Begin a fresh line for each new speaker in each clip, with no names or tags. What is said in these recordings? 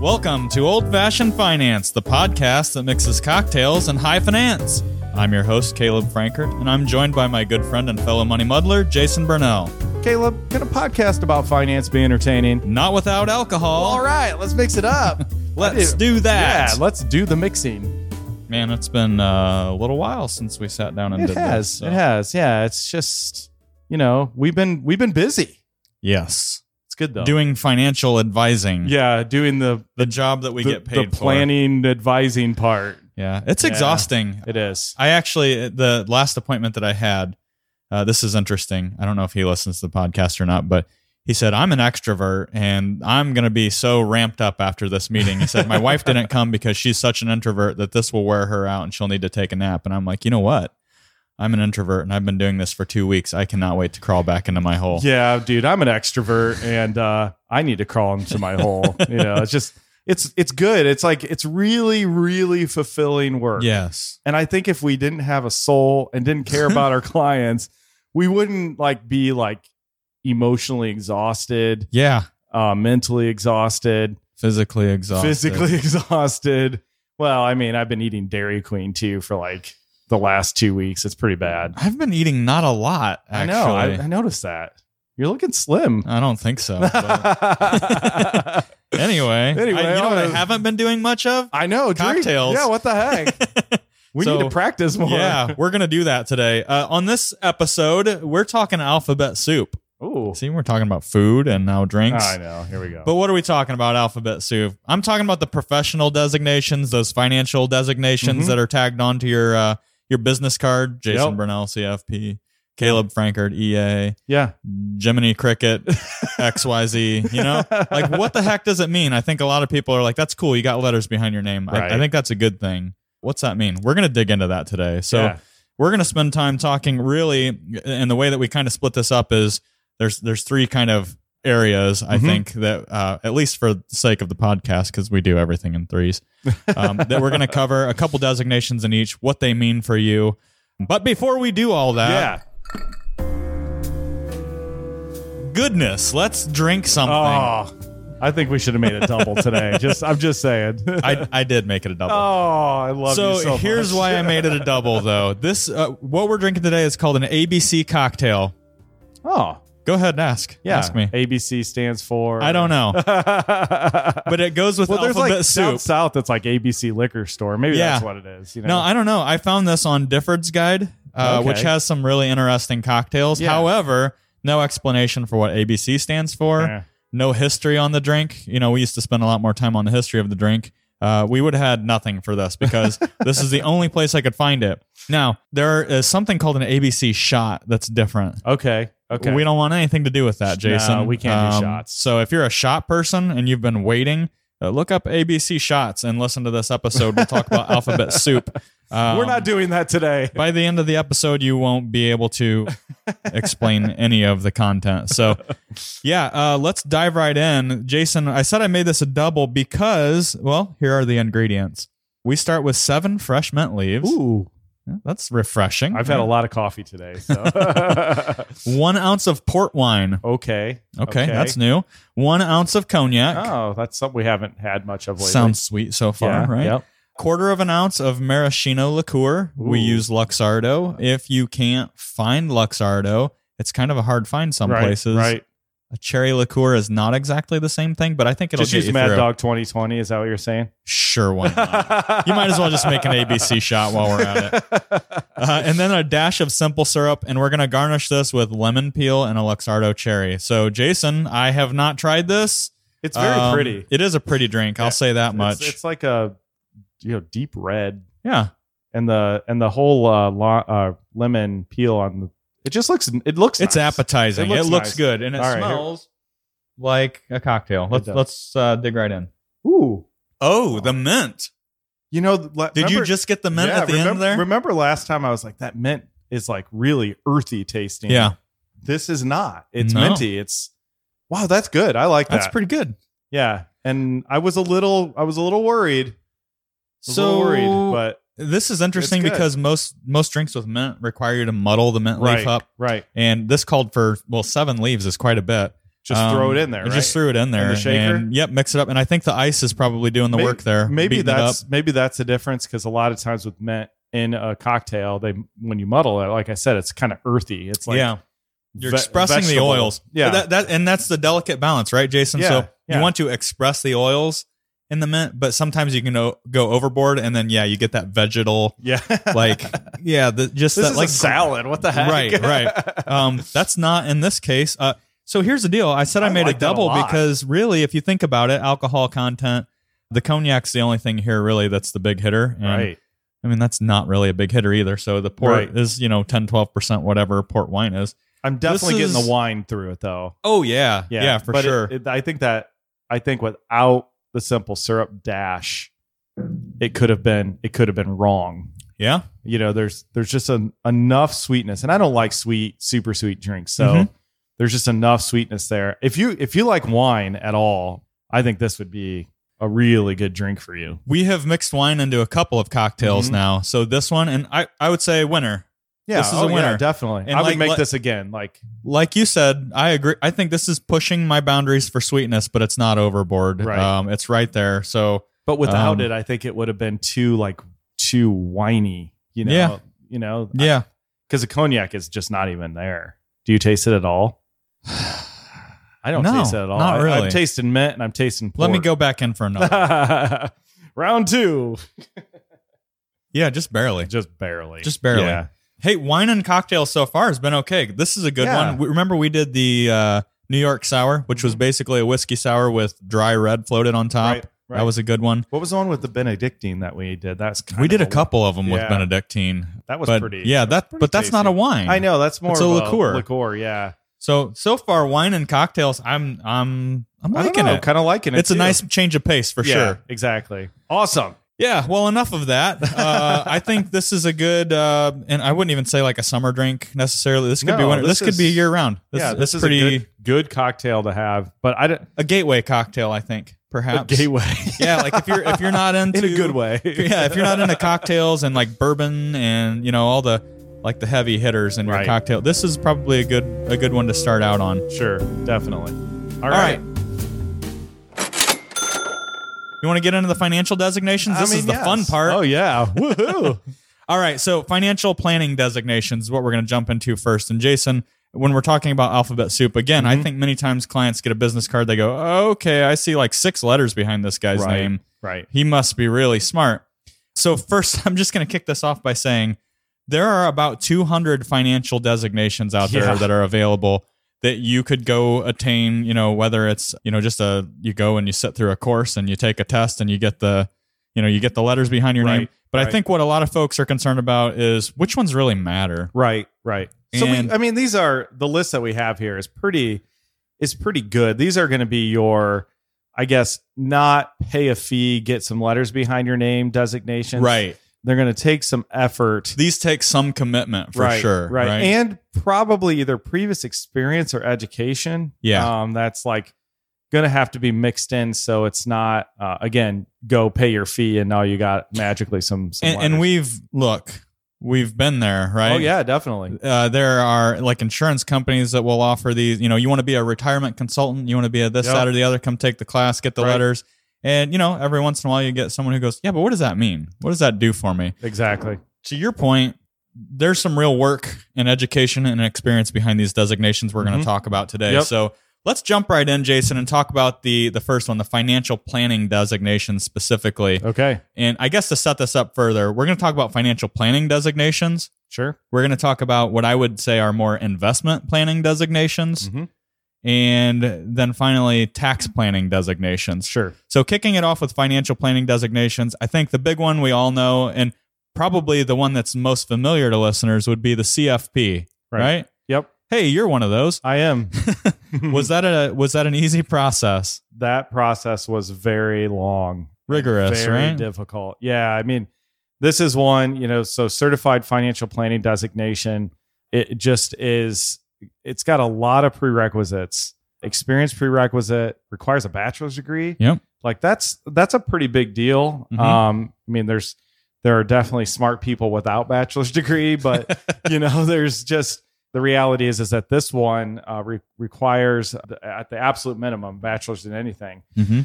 to Old Fashioned Finance, the podcast that mixes cocktails and high finance. I'm your host, Caleb Frankert, and I'm joined by my good friend and fellow money muddler, Jason Burnell.
Caleb, can a podcast about finance be entertaining?
Not without alcohol.
All right, let's mix it up.
Let's do that.
Yeah, let's do the mixing.
Man, it's been uh, a little while since we sat down and
It
did
has,
this. so-
it has. Yeah, it's just you know we've been we've been busy.
Yes.
It's good though.
Doing financial advising.
yeah, doing the
The job that we
the,
get paid
the planning advising part.
for. Yeah. It's
Yeah.
exhausting.
It is.
I actually the last appointment that I had. Uh, this is interesting. I don't know if he listens to the podcast or not, but he said I'm an extrovert and I'm going to be so ramped up after this meeting. He said my wife didn't come because she's such an introvert that this will wear her out and she'll need to take a nap. And I'm like, you know what? I'm an introvert and I've been doing this for two weeks. I cannot wait to crawl back into my hole.
Yeah, dude, I'm an extrovert and uh, I need to crawl into my hole. You know, it's just it's it's good. It's like it's really really fulfilling work.
Yes.
And I think if we didn't have a soul and didn't care about our clients, we wouldn't like be like emotionally exhausted,
Yeah.
uh, mentally exhausted,
Physically exhausted.
physically exhausted. Well, I mean, I've been eating Dairy Queen too for like the last two weeks. It's pretty bad.
I've been eating not a lot. Actually.
I know. I, I noticed that. You're looking slim.
I don't think so. but- anyway,
Anyway,
I- you know what I
I'll-
haven't been doing much of?
I know. drink-
Cocktails.
Yeah. What the heck? We
So-
need to practice more.
yeah, we're gonna do that today. Uh, on this episode, we're talking alphabet soup.
Ooh.
See, we're talking about food and now drinks.
I know. Here we go.
But what are we talking about, alphabet soup? I'm talking about the professional designations, those financial designations
Mhm.
that are tagged onto your uh, your business card. Jason
Yep.
Brunell, CFP. Caleb Frankard, EA.
yeah.
Jiminy Cricket, XYZ. You know, like what the heck does it mean? I think a lot of people are like, that's cool. You got letters behind your name.
Right.
I, I think that's a good thing. What's that mean? We're going to dig into that today. So
Yeah.
we're going to spend time talking really, and the way that we kind of split this up is there's, there's three kind of areas I
Mhm.
think that, uh, at least for the sake of the podcast, cause we do everything in threes, um, that we're going to cover a couple designations in each, what they mean for you. But before we do all that,
yeah.
goodness, let's drink something.
Oh, I think we should have made it double today. just I'm just saying.
I, I did make it a
oh,
double.
I love
so,
you so
here's
much.
why I made it a double, though. This uh, what we're drinking today is called an ABC cocktail.
Oh,
Go ahead and ask.
yeah.
Ask me.
ABC stands for.
I don't know,
but
but it goes with
well, there's
alphabet
like
soup.
down south that's like ABC liquor store. Maybe
Yeah.
that's what it is. You know?
No, I don't know. I found this on Difford's Guide, uh,
Okay.
which has some really interesting cocktails.
Yeah.
However, no explanation for what ABC stands for.
Yeah.
No history on the drink. You know, we used to spend a lot more time on the history of the drink. Uh, we would have had nothing for this because this is the only place I could find it. Now, there is something called an ABC shot that's different.
Okay. Okay.
We don't want anything to do with that,
No,
Jason. Um,
we can't do shots.
So if you're a shot person and you've been waiting, uh, look up ABC shots and listen to this episode. We'll talk about alphabet soup. Um,
We're not doing that today.
by the end of the episode, you won't be able to explain any of the content. So, yeah, uh, let's dive right in. Jason, I said I made this a double because, well, here are the ingredients. We start with seven fresh mint leaves.
Ooh,
Yeah, That's refreshing.
I've had a lot of coffee today. So. okay.
One ounce of port wine.
okay.
Okay, that's new. One ounce of cognac.
Oh, that's something we haven't had much of lately.
Sounds sweet so far,
Yeah,
right?
Yep.
Quarter of an ounce of maraschino liqueur. We
Ooh.
use Luxardo. If you can't find Luxardo, it's kind of a hard find some
right,
places.
Right.
A cherry liqueur is not exactly the same thing, but I think it'll
Just
get
use
you
Mad
through.
Dog 2020. Is that what you're saying?
Sure, why not? You might as well just make an ABC shot while we're at it. Uh, and then a dash of simple syrup, and we're going to garnish this with lemon peel and a Luxardo cherry. So, Jason, I have not tried this.
It's very
Um,
pretty.
It is a pretty drink. I'll
Yeah,
say that much.
It's, it's like a you know deep red,
yeah.
and the and the whole uh, lo- uh, lemon peel on the. It just looks. It looks.
It's
nice.
appetizing. It
It
looks,
looks nice.
good and it
All right, here-
smells like a cocktail. Let's
does.
let's uh, dig right in.
Ooh,
Oh, the mint.
you know. le-
Did
remember-
you just get the mint
yeah,
at the
remember,
end there?
Remember last time I was like that mint is like really earthy tasting.
yeah,
this is not. It's
No.
minty. It's wow. That's good. I like
that's
that.
pretty good.
yeah. And I was a little. I was a little worried. I was a
So
little worried, but
this is interesting
It's good.
because most most drinks with mint require you to muddle the mint leaf
right,
up,
right.
and this called for well seven leaves is quite a bit.
Just
Um,
throw it in there.
I
Right?
just threw it in there.
the shaker?
and- yep, mix it up. And I think the ice is probably doing the
May-
work there.
maybe
beating it
that's
up.
maybe that's the difference because a lot of times with mint in a cocktail, they when you muddle it, like I said, it's kind of earthy. It's like
yeah. You're
ve-
expressing
vegetable.
the oils.
Yeah.
That, that, and that's the delicate balance, right, Jason?
Yeah,
so
yeah.
you want to express the oils in the mint, but sometimes you can go, go overboard and then, yeah, you get that vegetal,
yeah.
like, yeah, the, just
this
that
is
like
a salad. What the heck?
Right, right. um, that's not in this case. Uh, so here's the deal. I said I,
I
made
like
a
that a
double
lot.
because really, if you think about it, alcohol content, the cognac's the only thing here really that's the big hitter. And,
right.
I mean, that's not really a big hitter either. So the port
Right.
is, you know, 10, 12%, whatever port wine is.
I'm definitely
This
getting
is-
the wine through it though.
Oh, yeah.
Yeah,
Yeah, for
but it-
sure.
it- I think that I think without the simple syrup dash, it could have been it could have been wrong.
yeah.
You know, there's there's just an, enough sweetness, and I don't like sweet, super sweet drinks. So
Mhm.
there's just enough sweetness there. If you if you like wine at all, I think this would be a really good drink for you.
We have mixed wine into a couple of cocktails
Mhm.
now. So this one, and I, I would say winner.
Yeah, oh,
This is a
yeah,
winner.
definitely.
And
I
like-
would make
like-
this again. Like
Like you said, I agree. I think this is pushing my boundaries for sweetness, but it's not overboard.
Right.
Um, it's right there. So
But without
Um,
it, I think it would have been too like too whiny. You know,
Yeah.
you know,
yeah,
because the cognac is just not even there. Do you taste it at all? I don't
No,
taste it at all.
not
I,
really.
am tasting mint and I'm tasting.
let me
port.
go back in for another.
Round two,
yeah, just barely.
just barely,
Just barely.
Yeah.
Hey, wine and cocktails so far has been okay. This is a good
Yeah.
one. We, remember we did the uh, New York sour, which was
Mhm.
basically a whiskey sour with dry red floated on top.
Right, right.
That was a good one.
what was the one with the Benedictine that we did? That's kind
we
of
did a couple of them with
yeah.
Benedictine.
That was
but
pretty.
yeah, that
pretty
but that's not a
tasty.
wine.
I know that's more
It's
of
a
a
liqueur.
Liqueur, yeah.
So so far, wine and cocktails. I'm I'm I'm
I
liking it.
kind of liking it.
It's a
too.
nice change of pace for
Yeah,
sure.
Exactly. Awesome.
Yeah, well, enough of that. Uh, I think this is a good, uh, and I wouldn't even say like a summer drink necessarily. This could be
No,
one. This,
this
could be
is-
year round. This,
yeah, this
it's
is
pretty
a good, good cocktail to have, but I don't,
a gateway cocktail, I think,
a
perhaps.
gateway
yeah, like if you're if you're not into
in a good way.
yeah, if you're not into cocktails and like bourbon and you know all the like the heavy hitters in your
Right.
cocktail, this is probably a good a good one to start out on.
sure, definitely. All
All
right.
right. You want to get into the financial designations?
I
This is
mean,
the
yes.
fun part.
Oh yeah, woohoo!
All right, so financial planning designations is what we're going to jump into first. And Jason, when we're talking about alphabet soup, again,
Mm-hmm.
I think many times clients get a business card. They go, "Okay, I see like six letters behind this guy's
Right.
name.
right.
He must be really smart." So first, I'm just going to kick this off by saying there are about 200 financial designations out there
Yeah.
that are available that you could go attain. You know, whether it's you know just a you go and you sit through a course and you take a test and you get the you know you get the letters behind your
Right.
name. But I
Right.
think what a lot of folks are concerned about is which ones really matter.
Right, right. So
And-
we, I mean, these are the list that we have here is pretty is pretty good. These are going to be your, I guess, not pay a fee, get some letters behind your name designations.
Right.
They're going to take some effort.
These take some commitment for
right,
sure.
Right.
Right.
And probably either previous experience or education.
Yeah.
Um, that's like going to have to be mixed in. So it's not, uh, again, go pay your fee and now you got magically some. some
and, and
letters.
we've look, we've been there, right?
oh, yeah, definitely.
Uh, there are like insurance companies that will offer these. You know, you want to be a retirement consultant, you want to be a this,
Yep.
that, or the other. Come take the class, get the
Right.
letters, and you know, every once in a while you get someone who goes, "Yeah, but what does that mean? What does that do for me?"
Exactly.
To your point, there's some real work and education and experience behind these designations we're going
Mhm.
to talk about today.
Yep.
So let's jump right in, Jason, and talk about the the first one, the financial planning designation specifically.
Okay.
And I guess to set this up further, we're going to talk about financial planning designations.
Sure.
We're going to talk about what I would say are more investment planning designations.
Mhm.
And then finally, tax planning designations.
Sure.
So, kicking it off with financial planning designations, I think the big one we all know, and probably the one that's most familiar to listeners, would be the CFP. Right?
Right. Yep.
Hey, you're one of those.
I am. Mm-hmm.
Was that a was that an easy process?
that process was very long,
Rigorous,
very
right?
difficult. Yeah, I mean, this is one, you know, so certified financial planning designation, it just is it's got a lot of prerequisites. Experience prerequisite requires a bachelor's degree.
Yep.
Like that's that's a pretty big deal.
Mhm.
Um I mean there's there are definitely smart people without bachelor's degree, but you know, there's just the reality is is that this one uh, re- requires the, at the absolute minimum bachelor's in anything
Mm-hmm.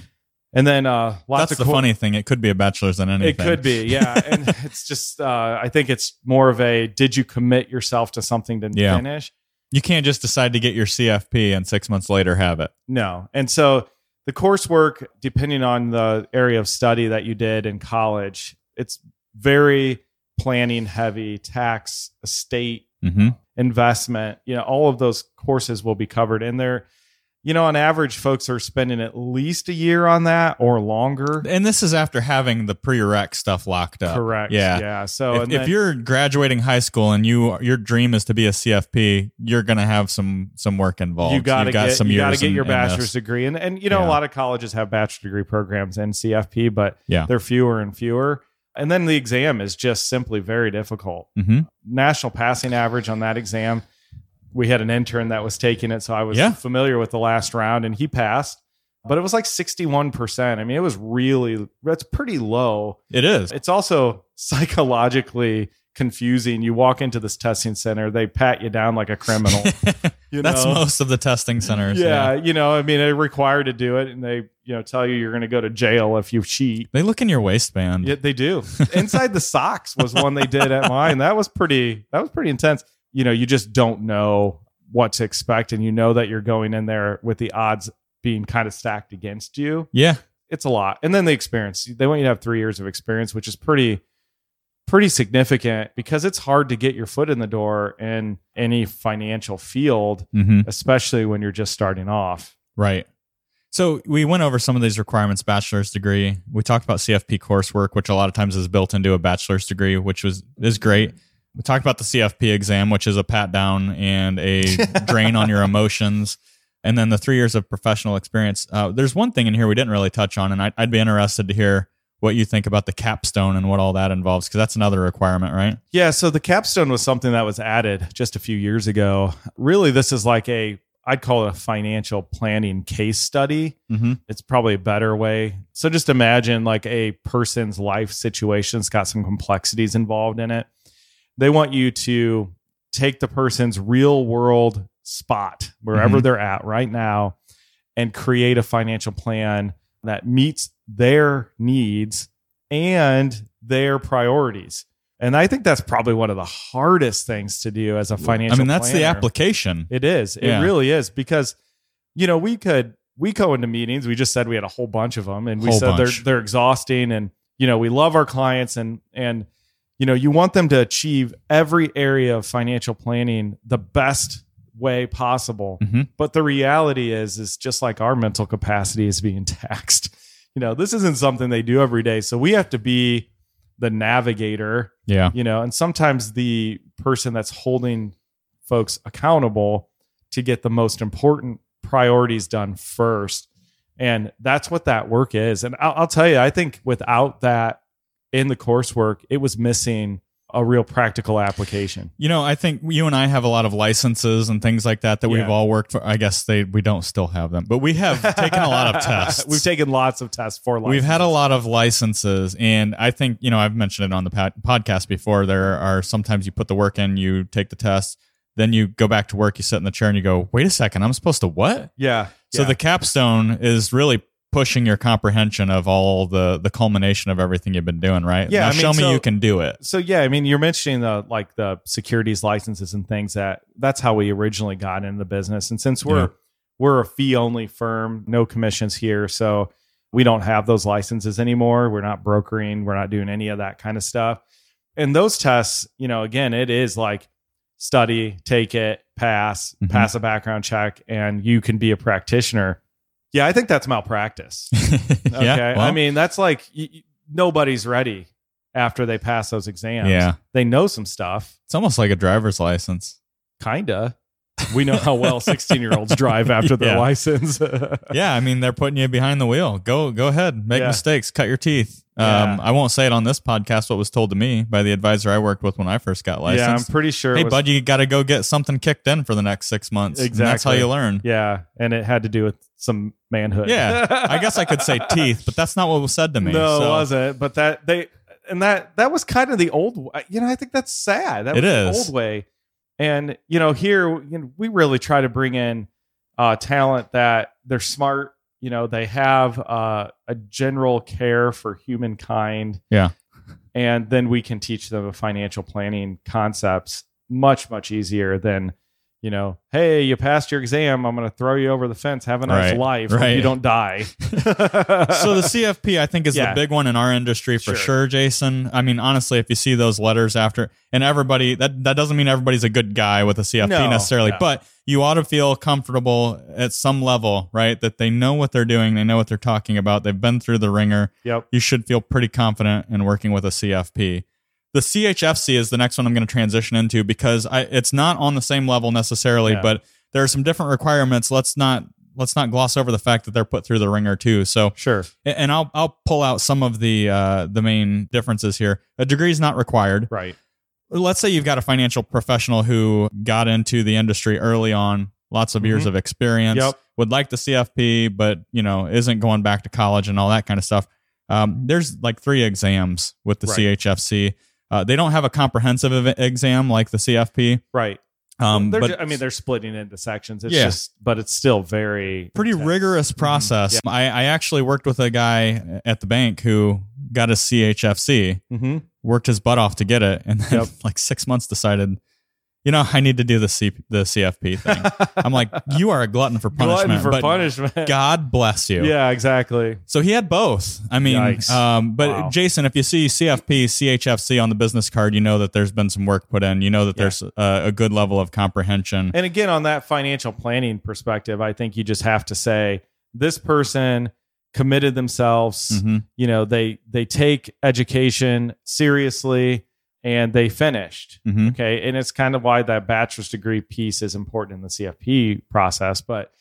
and then uh lots
That's
of
the
co-
funny thing. It could be a bachelor's than anything.
it could be yeah and it's just uh i think it's more of a did you commit yourself to something to
Yeah.
finish
You can't just decide to get your CFP and six months later have it.
no and so the coursework depending on the area of study that you did in college it's very planning heavy tax estate
Mm-hmm.
investment you know all of those courses will be covered in there you know on average folks are spending at least a year on that or longer
And this is after having the prereq stuff locked up.
correct
Yeah.
yeah so
if,
and
if
then-
you're graduating high school and you your dream is to be a CFP, you're gonna have some some work involved.
you gotta
You've got
get
some
you gotta
years
get
in-
your
in this.
bachelor's degree and and you know
Yeah.
a lot of colleges have bachelor degree programs and CFP but
Yeah.
they're fewer and fewer and then the exam is just simply very difficult
Mhm.
national passing average on that exam we had an intern that was taking it so I was
Yeah.
familiar with the last round and he passed but it was like 61% I mean it was really that's pretty low
It is.
it's also psychologically confusing you walk into this testing center they pat you down like a criminal you
That's
know?
most of the testing centers.
yeah, you know, I mean, they're required to do it, and they, you know, tell you you're going to go to jail if you cheat.
They look in your waistband.
Yeah, they do. Inside the socks was one they did at mine. That was pretty. That was pretty intense. You know, you just don't know what to expect, and you know that you're going in there with the odds being kind of stacked against you.
Yeah.
It's a lot, and then the experience. They want you to have three years of experience, which is pretty, pretty significant because it's hard to get your foot in the door in any financial field,
Mm-hmm.
especially when you're just starting off.
Right. So we went over some of these requirements, bachelor's degree. We talked about CFP coursework, which a lot of times is built into a bachelor's degree, which was is great. We talked about the CFP exam, which is a pat down and a drain on your emotions. And then the three years of professional experience. Uh, there's one thing in here we didn't really touch on, and I'd, I'd be interested to hear what you think about the capstone and what all that involves, because that's another requirement, right?
Yeah, so the capstone was something that was added just a few years ago. Really, this is like a I'd call it a financial planning case study.
Mm-hmm.
It's probably a better way. So just imagine like a person's life situation that's got some complexities involved in it. They want you to take the person's real world spot, wherever
Mhm.
they're at right now, and create a financial plan that meets their needs and their priorities. And I think that's probably one of the hardest things to do as a financial.
I mean, that's the
planner.
application.
It is. It
Yeah.
really is because you know we could we go into meetings. We just said we had a whole bunch of them, and we
Whole bunch.
said they're they're exhausting, and you know we love our clients, and and you know you want them to achieve every area of financial planning the best way possible.
Mhm.
But the reality is is just like our mental capacity is being taxed. You know this isn't something they do every day, so we have to be the navigator
Yeah.
you know and sometimes the person that's holding folks accountable to get the most important priorities done first and that's what that work is and i'll, I'll tell you i think without that in the coursework it was missing a real practical application
You know, I think you and I have a lot of licenses and things like that that
Yeah.
we've all worked for. I guess they we don't still have them, but we have taken a lot of tests.
we've taken lots of tests for life
We've had a lot of licenses, and I think you know I've mentioned it on the pod- podcast before. There are sometimes you put the work in, you take the test, then you go back to work, you sit in the chair, and you go, "Wait a second, I'm supposed to what?"
yeah
So the capstone is really pushing your comprehension of all the the culmination of everything you've been doing. Right?
Yeah,
Now
I mean,
show me
so-
you can do it.
so yeah i mean you're mentioning the like the securities licenses and things that that's how we originally got into the business and since we're
Yeah.
we're a fee only firm no commissions here so we don't have those licenses anymore we're not brokering we're not doing any of that kind of stuff and those tests you know again it is like study take it pass
Mhm.
pass a background check and you can be a practitioner yeah i think that's malpractice okay
yeah. well,
i mean that's like y- y- nobody's ready after they pass those exams
yeah.
they know some stuff,
It's almost like a driver's license.
kinda. We know how well 16 year olds drive after their
Yeah.
license.
yeah, I mean they're putting you behind the wheel. Go go ahead, make
Yeah.
mistakes, cut your teeth. Um,
Yeah.
I won't say it on this podcast what was told to me by the advisor I worked with when I first got
yeah, I'm
licensed.
pretty sure. it
hey
was,
bud, you got to go get something kicked in for the next six months. And that's how
Exactly.
you learn.
Yeah, and it had to do with some manhood.
Yeah, I guess I could say teeth, but that's not what was said to me.
No,
so
it wasn't. But that they and that that was kind of the old. You know, I think that's sad. That
It
was the
is.
old way. And you know, here you know, we really try to bring in uh, talent that they're smart. You know, they have uh, a general care for humankind.
Yeah.
And then we can teach them the financial planning concepts much much easier than you know, hey, you passed your exam. I'm going to throw you over the fence. Have a nice
Right.
life. Hope
Right.
you don't die.
so the CFP, I think, is
Yeah.
the big one in our industry for sure.
Sure.
Jason. I mean, honestly, if you see those letters after, and everybody that that doesn't mean everybody's a good guy with a CFP
No,
necessarily,
no.
but you ought to feel comfortable at some level, right? That they know what they're doing, they know what they're talking about, they've been through the ringer.
yep.
You should feel pretty confident in working with a CFP. The CHFC is the next one I'm going to transition into because I, it's not on the same level necessarily,
Yeah.
but there are some different requirements. Let's not let's not gloss over the fact that they're put through the ringer too. So
Sure.
a- and I'll I'll pull out some of the uh, the main differences here. A degree is not required.
Right.
Let's say you've got a financial professional who got into the industry early on, lots of years
Mhm.
of experience,
Yep.
would like the CFP, but you know isn't going back to college and all that kind of stuff. Um, there's like three exams with the
Right.
CHFC. Uh, they don't have a comprehensive ev- exam like the CFP,
Right.
um,
they're
but
ju- I mean, they're splitting it into sections. It's
Yeah.
just, but it's still very
pretty
intense.
rigorous
Mhm.
process. I, I actually worked with a guy at the bank who got a CHFC.
Yeah. Mhm.
worked his butt off to get it, and then
Yep.
like six months decided, you know, I need to do the C- the CFP thing. I'm like, you are a glutton for
Glutton
punishment,
for
but
punishment.
God bless you.
Yeah, exactly.
So he had both. I mean,
Yikes.
um, but
Wow.
Jason, if you see CFP, CHFC on the business card, you know that there's been some work put in. You know that
Yeah.
there's uh, a good level of comprehension.
And again, on that financial planning perspective, I think you just have to say this person committed themselves.
Mhm.
You know, they they take education seriously and they finished.
Mhm.
Okay. And it's kind of why that bachelor's degree piece is important in the CFP process. But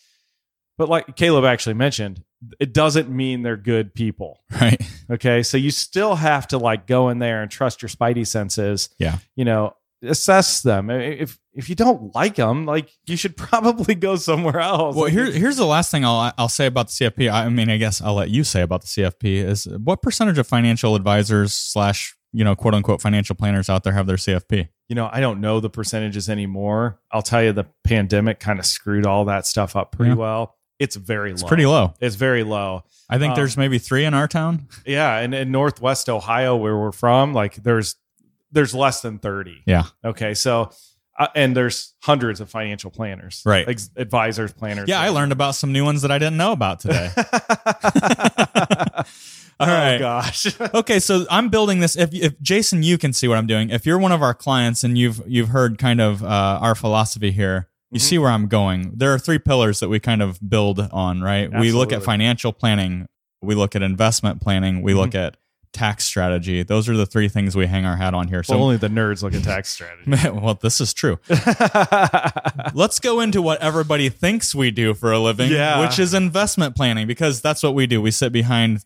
but like Caleb actually mentioned, it doesn't mean they're good people.
Right.
Okay. So you still have to like go in there and trust your spidey senses.
Yeah.
You know, assess them. I- If if you don't like them, like you should probably go somewhere else.
Well,
Like,
here, here's the last thing I'll I'll say about the CFP. I mean, I guess I'll let you say about the CFP is what percentage of financial advisors slash you know quote unquote financial planners out there have their CFP?
you know, I don't know the percentages anymore. I'll tell you, the pandemic kind of screwed all that stuff up pretty
Yeah.
well. It's very
It's
low.
pretty low.
It's very low.
I think
Um,
there's maybe three in our town.
Yeah, and in Northwest Ohio, where we're from, like there's there's less than thirty.
Yeah.
Okay. So, uh, and there's hundreds of financial planners,
Right.
Ex- advisors, planners.
Yeah, I learned about some new ones that I didn't know about today. All
Oh
right.
gosh.
okay, so I'm building this. If, if Jason, you can see what I'm doing. If you're one of our clients and you've you've heard kind of uh, our philosophy here, you
Mhm.
see where I'm going. There are three pillars that we kind of build on, right? We look at
Absolutely.
financial planning, we look at investment planning, we look
Mm-hmm.
at tax strategy. Those are the three things we hang our hat on here.
well,
So,
only the nerds look at tax strategy.
well, this is true. Let's go into what everybody thinks we do for a living,
Yeah.
which is investment planning, because that's what we do. We sit behind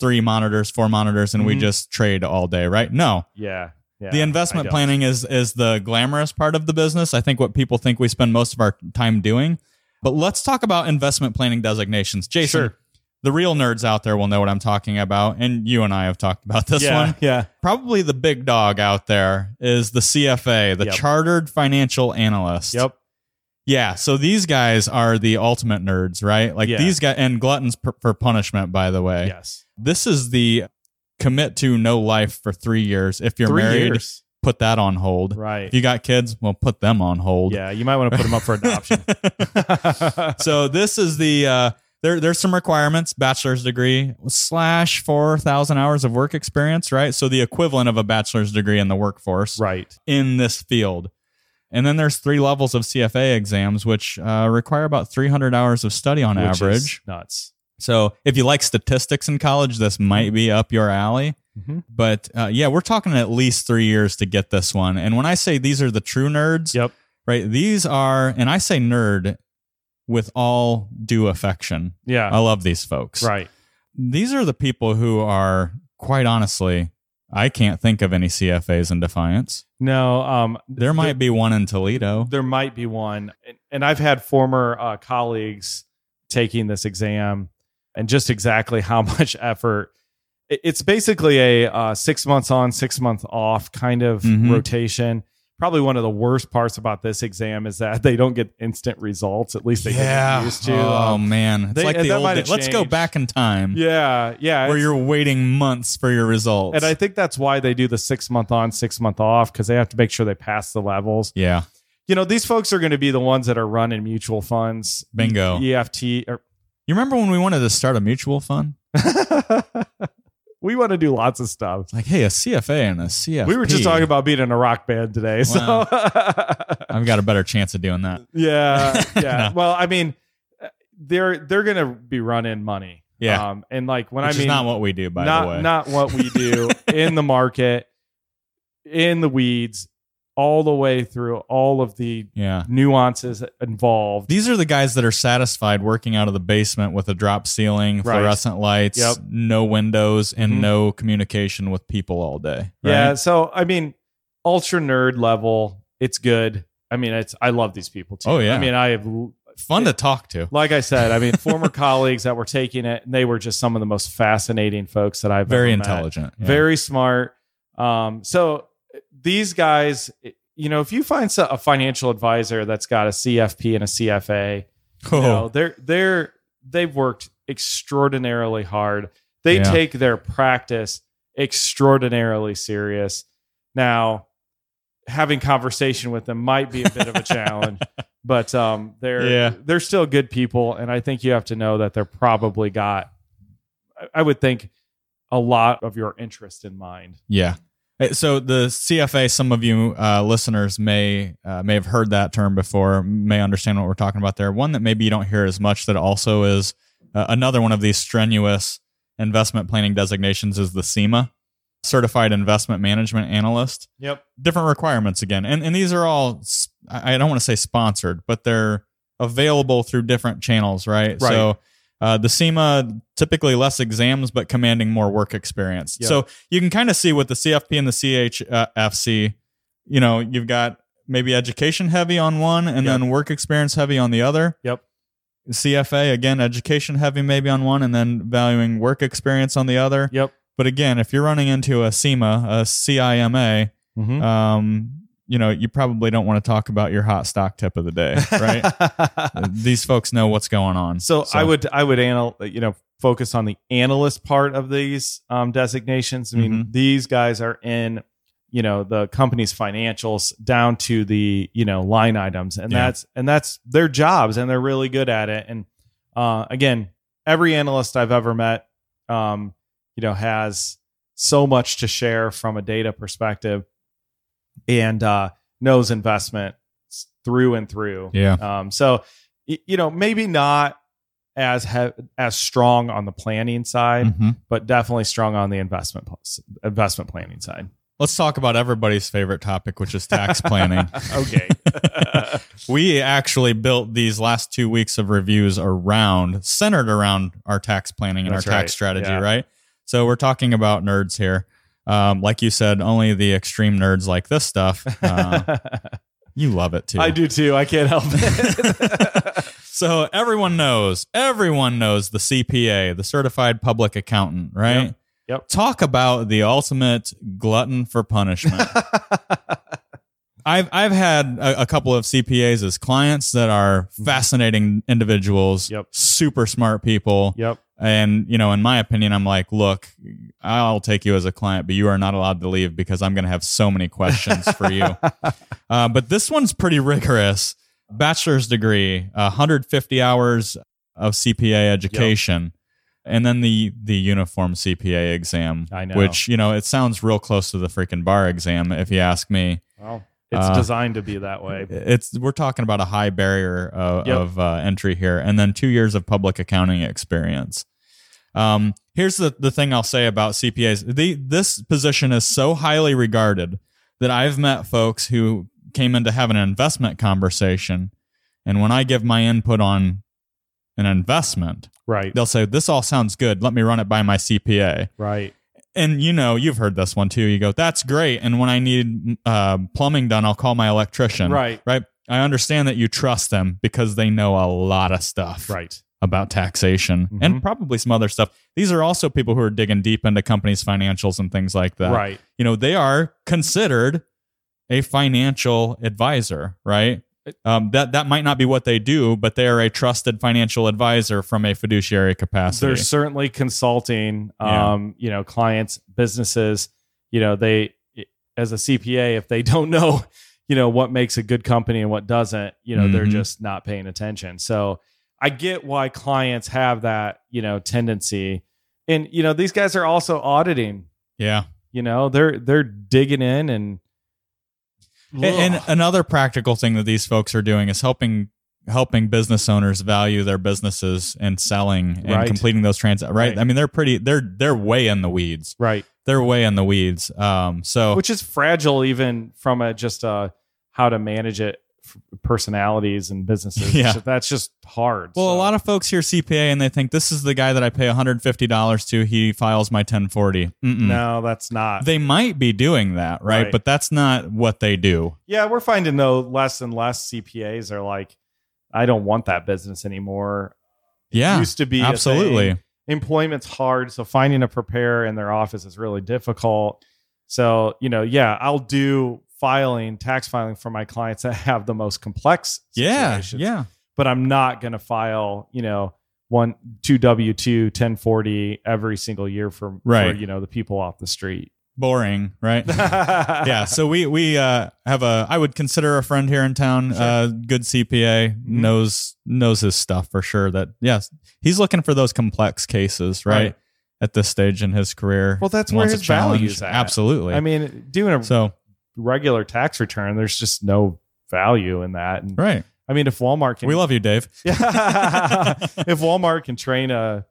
three monitors, four monitors, and we
Mhm.
just trade all day, right? No.
yeah. Yeah.
the
I
investment
don't.
planning is is the glamorous part of the business. I think what people think we spend most of our time doing. But let's talk about investment planning designations. Jason,
Sure.
the real nerds out there will know what I'm talking about, and you and I have talked about this
yeah,
one.
Yeah.
Probably the big dog out there is the CFA, the
Yep.
Chartered Financial Analyst.
Yep.
Yeah, so these guys are the ultimate nerds, right? Like
Yeah.
these guys and gluttons per, for punishment, by the way.
Yes.
This is the commit to no life for three years. If you're
Three
married,
years.
put that on hold.
Right.
If you got kids, well, put them on hold.
yeah. You might want to put them up for adoption.
so this is the uh, there. There's some requirements: bachelor's degree slash four thousand hours of work experience, right? So the equivalent of a bachelor's degree in the workforce
right.
in this field. And then there's three levels of CFA exams, which uh, require about 300 hours of study on
Which is
average.
nuts.
So if you like statistics in college, this might be up your alley.
Mhm.
But uh, yeah, we're talking at least three years to get this one. And when I say these are the true nerds,
Yep.
right? These are, and I say nerd with all due affection.
Yeah.
I love these folks.
right.
These are the people who are, quite honestly, I can't think of any CFAs in Defiance.
No. Um.
There might be one in Toledo.
There might be one, and, and I've had former uh, colleagues taking this exam, and just exactly how much effort. It- It's basically a uh, six months on, six months off kind of
Mhm.
rotation. probably one of the worst parts about this exam is that they don't get instant results. At least they didn't
yeah.
used to.
Oh
Um,
man, it's
they-
like
and
the
that
old.
might
Day.
have
Let's go
changed.
back in time,
yeah, yeah.
where
it's-
you're waiting months for your results.
and I think that's why they do the six month on, six month off because they have to make sure they pass the levels.
yeah,
You know, these folks are going to be the ones that are running mutual funds, E-,
bingo.
EFT. Or
You remember when we wanted to start a mutual fund?
we want to do lots of stuff.
Like, hey, a CFA and a CFP.
We were just talking about being in a rock band today.
E Wow.
So
I've got a better chance of doing that.
yeah, yeah.
No.
Well, I mean, uh, they're they're gonna be running money.
Yeah.
Um, and like when
Which
I mean,
is not what we do, by
not
the way.
not what we do in the market, in the weeds, all the way through all of the
yeah.
nuances involved.
These are the guys that are satisfied working out of the basement with a drop ceiling,
Right.
fluorescent lights,
Yep.
no windows, and
Mhm.
no communication with people all day. right?
Yeah. So I mean, ultra nerd level, it's good. I mean, it's I love these people too.
Oh, yeah.
I mean, I have
Fun to talk to.
like I said, I mean, former colleagues that were taking it, and they were just some of the most fascinating folks that I've
Very
ever met.
intelligent. Yeah.
very smart. Um, so these guys, you know, if you find so- a financial advisor that's got a CFP and a CFA,
Oh,
you know, they're they're they've worked extraordinarily hard. They
Yeah.
take their practice extraordinarily serious. Now, having conversation with them might be a bit of a challenge, but um, they're
Yeah.
they're still good people, and I think you have to know that they're probably got. I- I would think a lot of your interest in mind.
Yeah. Uh, So the CFA, some of you uh, listeners may uh, may have heard that term before, may understand what we're talking about there. One that maybe you don't hear as much that also is uh, another one of these strenuous investment planning designations is the SEMA, Certified Investment Management Analyst.
Yep.
Different requirements again, and and these are all s- I I don't want to say sponsored, but they're available through different channels, right?
Right.
So. Uh, the SEMA typically less exams, but commanding more work experience.
Yeah.
So you can kind of see with the CFP and the CHFC, you know, you've got maybe education heavy on one and
Yep.
then work experience heavy on the other.
Yep.
CFA, again, education heavy maybe on one and then valuing work experience on the other.
Yep.
But again, if you're running into a SEMA, a CIMA,
Mm-hmm.
um, you know, you probably don't want to talk about your hot stock tip of the day, right? These folks know what's going on.
So, I would I would anal you know focus on the analyst part of these um, designations. I mean,
Mm-hmm.
these guys are in you know the company's financials down to the you know line items, and
Yeah.
that's and that's their jobs, and they're really good at it. And uh, again, every analyst I've ever met, um, you know, has so much to share from a data perspective, and uh, knows investment through and through.
Yeah.
Um, so, y- you know, maybe not as he- as strong on the planning side,
Mhm.
but definitely strong on the investment pl- investment planning side.
Let's talk about everybody's favorite topic, which is tax planning.
okay.
Uh, We actually built these last two weeks of reviews around, centered around our tax planning and
That's
our
right.
tax strategy,
Yeah.
right? So we're talking about nerds here. Um, like you said, only the extreme nerds like this stuff. Uh, you love it too.
I do too. I can't help it.
So everyone knows, everyone knows the CPA, the certified public accountant, right?
Yep. Yep.
Talk about the ultimate glutton for punishment. I've I've had a, a couple of CPAs as clients that are fascinating individuals,
Mm-hmm. Yep.
super smart people,
yep.
and you know, in my opinion, I'm like, look, I'll take you as a client, but you are not allowed to leave because I'm going to have so many questions for you. Uh, but this one's pretty rigorous. Bachelor's degree, 150 hours of CPA education. And then the the uniform CPA exam,
I know.
which you know it sounds real close to the freaking bar exam, if you ask me.
Well, it's
Uh,
designed to be that way.
It's we're talking about a high barrier of,
Yep.
of uh, entry here, and then two years of public accounting experience. Um, here's the the thing I'll say about CPAs: the, this position is so highly regarded that I've met folks who came in to have an investment conversation, and when I give my input on an investment,
Right.
they'll say, "This all sounds good. Let me run it by my CPA."
Right.
and you know you've heard this one too you go that's great and when i need uh, plumbing done i'll call my electrician
Right.
right i understand that you trust them because they know a lot of stuff
Right.
about taxation and probably some other stuff these are also people who are digging deep into companies financials and things like that
Right.
you know they are considered a financial advisor, right? Um, that that might not be what they do, but they are a trusted financial advisor from a fiduciary capacity.
They're certainly consulting,
Yeah.
um, you know, clients, businesses. You know, they as a CPA, if they don't know, you know, what makes a good company and what doesn't, you know, they're
Mhm.
just not paying attention. So I get why clients have that, you know, tendency. And you know, these guys are also auditing.
yeah.
You know, they're they're digging in and.
And, and
Ugh.
another practical thing that these folks are doing is helping helping business owners value their businesses and selling and
Right.
completing those transactions. Right?
Right.
I mean, they're pretty. They're they're way in the weeds.
right.
They're way in the weeds. Um. So
which is fragile even from a just uh how to manage it f- personalities and businesses
Yeah.
So that's just hard
well, a lot of folks hear CPA and they think this is the guy that I pay one hundred fifty dollars to. He files my ten forty.
no that's not
They might be doing that, right?
Right.
But that's not what they do.
yeah we're finding though less and less cpas are like i don't want that business anymore It
Yeah,
used to be a
Absolutely.
thing. employment's hard so finding a preparer in their office is really difficult so you know yeah i'll do filing tax filing for my clients that have the most complex
Yeah.
situations.
Yeah.
but I'm not going to file, you know, one, two W two, 1040 every single year for,
Right.
for, you know, the people off the street.
Boring, right? yeah.
yeah.
So we we uh, have a I would consider a friend here in town,
Sure. Mm-hmm.
uh, good CPA, knows knows his stuff for sure. That yes, he's looking for those complex cases, right?
Right.
At this stage in his career,
Well, that's
He
where
wants a
his value
challenge.
is at.
Absolutely.
I mean, doing a
so
regular tax return, there's just no value in that. And
right,
I mean, if Walmart can, Oh,
we love you, Dave.
yeah, if Walmart can train a,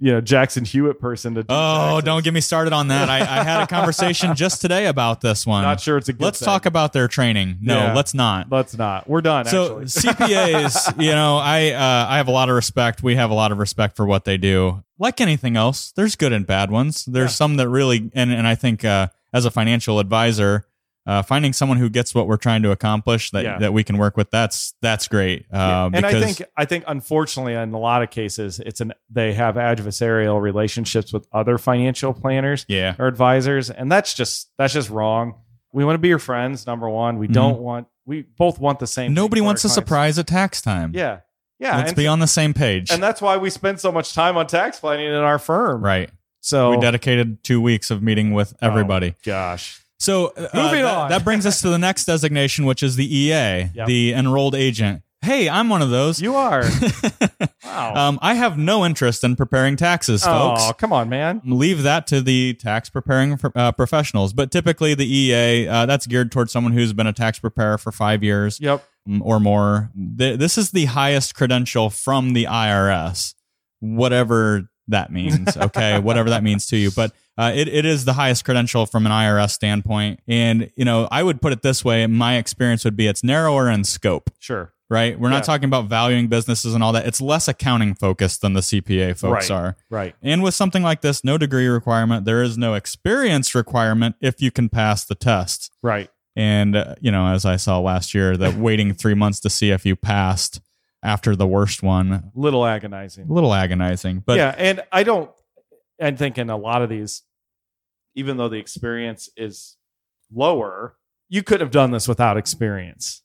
you know, Jackson Hewitt person to do
Oh,
taxes,
don't get me started on that. I, I had a conversation just today about this one.
Not sure it's a good
let's
thing.
talk about their training. No,
Yeah.
let's not.
Let's not. We're done.
So
actually.
CPAs, you know, I uh, I have a lot of respect. We have a lot of respect for what they do. Like anything else, there's good and bad ones. There's
Yeah.
some that really, and and I think uh, as a financial advisor, uh, finding someone who gets what we're trying to accomplish that
Yeah.
that we can work with, that's that's great.
Yeah.
Uh,
and I
because-
think I think unfortunately in a lot of cases it's an they have adversarial relationships with other financial planners
yeah,
or advisors and that's just that's just wrong. We want to be your friends number 1. We
Mhm.
don't want we both want the same thing
nobody
for
wants
our
a
clients.
surprise at tax time.
Yeah. Yeah,
let's
and,
be on the same page.
and that's why we spend so much time on tax planning in our firm.
right,
So Oh.
we dedicated two weeks of meeting with everybody.
gosh.
So uh,
Moving
that,
on.
that brings us to the next designation, which is the EA,
Yep.
the enrolled agent. Hey, I'm one of those.
You are. Wow.
um, I have no interest in preparing taxes, folks. Um,
oh, come on, man.
Leave that to the tax preparing uh, professionals. But typically, the EA uh, that's geared towards someone who's been a tax preparer for five years
Yep.
mm, or more. Th- this is the highest credential from the IRS, whatever that means. Okay, whatever that means to you, but uh, it it is the highest credential from an IRS standpoint. And you know, I would put it this way: my experience would be it's narrower in scope.
Sure.
Right, we're
Yeah.
not talking about valuing businesses and all that. It's less accounting focused than the CPA folks
Right.
are.
Right.
And with something like this, no degree requirement. There is no experience requirement if you can pass the test.
Right.
And, uh, you know, as I saw last year, that waiting three months to see if you passed after the worst one,
Little agonizing.
a little agonizing. But
yeah, and I don't. I think in a lot of these, even though the experience is lower, you could have done this without experience.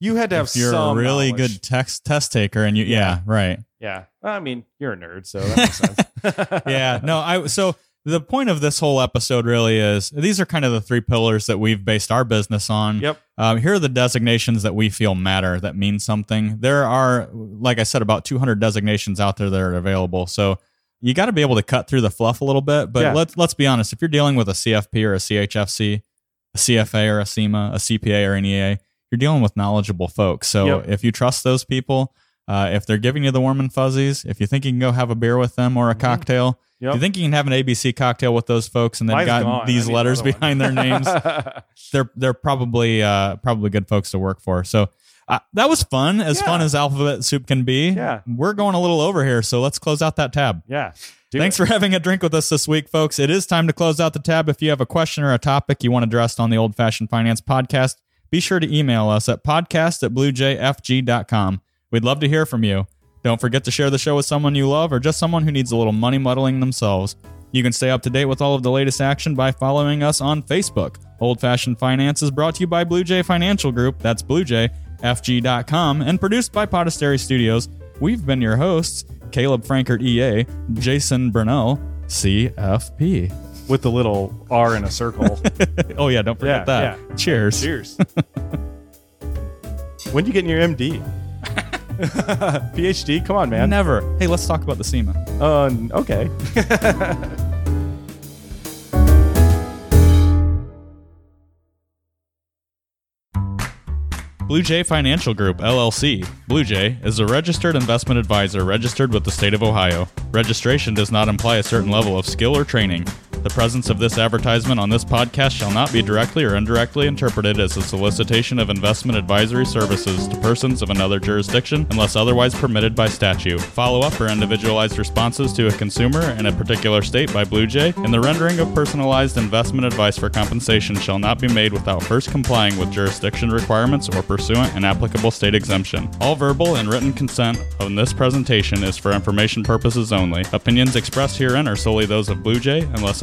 You had to have
if you're a
some
really
knowledge.
good text, test taker and you, yeah, right.
Yeah, I mean, you're a nerd, so that makes sense.
Yeah. No, I, so the point of this whole episode really is these are kind of the three pillars that we've based our business on.
Yep.
Um, here are the designations that we feel matter, that mean something. There are, like I said, about 200 designations out there that are available. So you got to be able to cut through the fluff a little bit. But
Yeah.
let's let's be honest. If you're dealing with a CFP or a CHFC, a CFA or a SEMA, a CPA or an EA, you're dealing with knowledgeable folks. So
Yep.
if you trust those people, uh, if they're giving you the warm and fuzzies, if you think you can go have a beer with them or a
Mhm.
cocktail,
Yep.
you think you can have an ABC cocktail with those folks and they've
Mine's
got
gone. I
these
need
letters
another one.
behind their names? they're they're probably uh, probably good folks to work for. So uh, that was fun, as
Yeah.
fun as Alphabet Soup can be.
Yeah.
we're going a little over here, so let's close out that tab.
yeah. do
Thanks
it.
for having a drink with us this week, folks. It is time to close out the tab. If you have a question or a topic you want addressed on the Old Fashioned Finance Podcast, be sure to email us at podcast at bluejfg.com. We'd love to hear from you. Don't forget to share the show with someone you love or just someone who needs a little money muddling themselves. You can stay up to date with all of the latest action by following us on Facebook. Old Fashioned Finance is brought to you by Blue Jay Financial Group, that's bluejfg.com, and produced by Podastery Studios. We've been your hosts, Caleb Frankert EA, Jason Burnell, CFP.
with the little R in a circle.
Oh, yeah, don't forget
Yeah,
that. Cheers.
Cheers. when you get your MD? PhD? Come on, man.
Never. Hey, let's talk about the SEMA.
Uh, okay.
Blue Jay Financial Group, LLC. Blue Jay is a registered investment advisor registered with the state of Ohio. Registration does not imply a certain level of skill or training. The presence of this advertisement on this podcast shall not be directly or indirectly interpreted as a solicitation of investment advisory services to persons of another jurisdiction unless otherwise permitted by statute. Follow up or individualized responses to a consumer in a particular state by Blue Jay and the rendering of personalized investment advice for compensation shall not be made without first complying with jurisdiction requirements or pursuant an applicable state exemption. All verbal and written consent on this presentation is for information purposes only. Opinions expressed herein are solely those of Blue Jay unless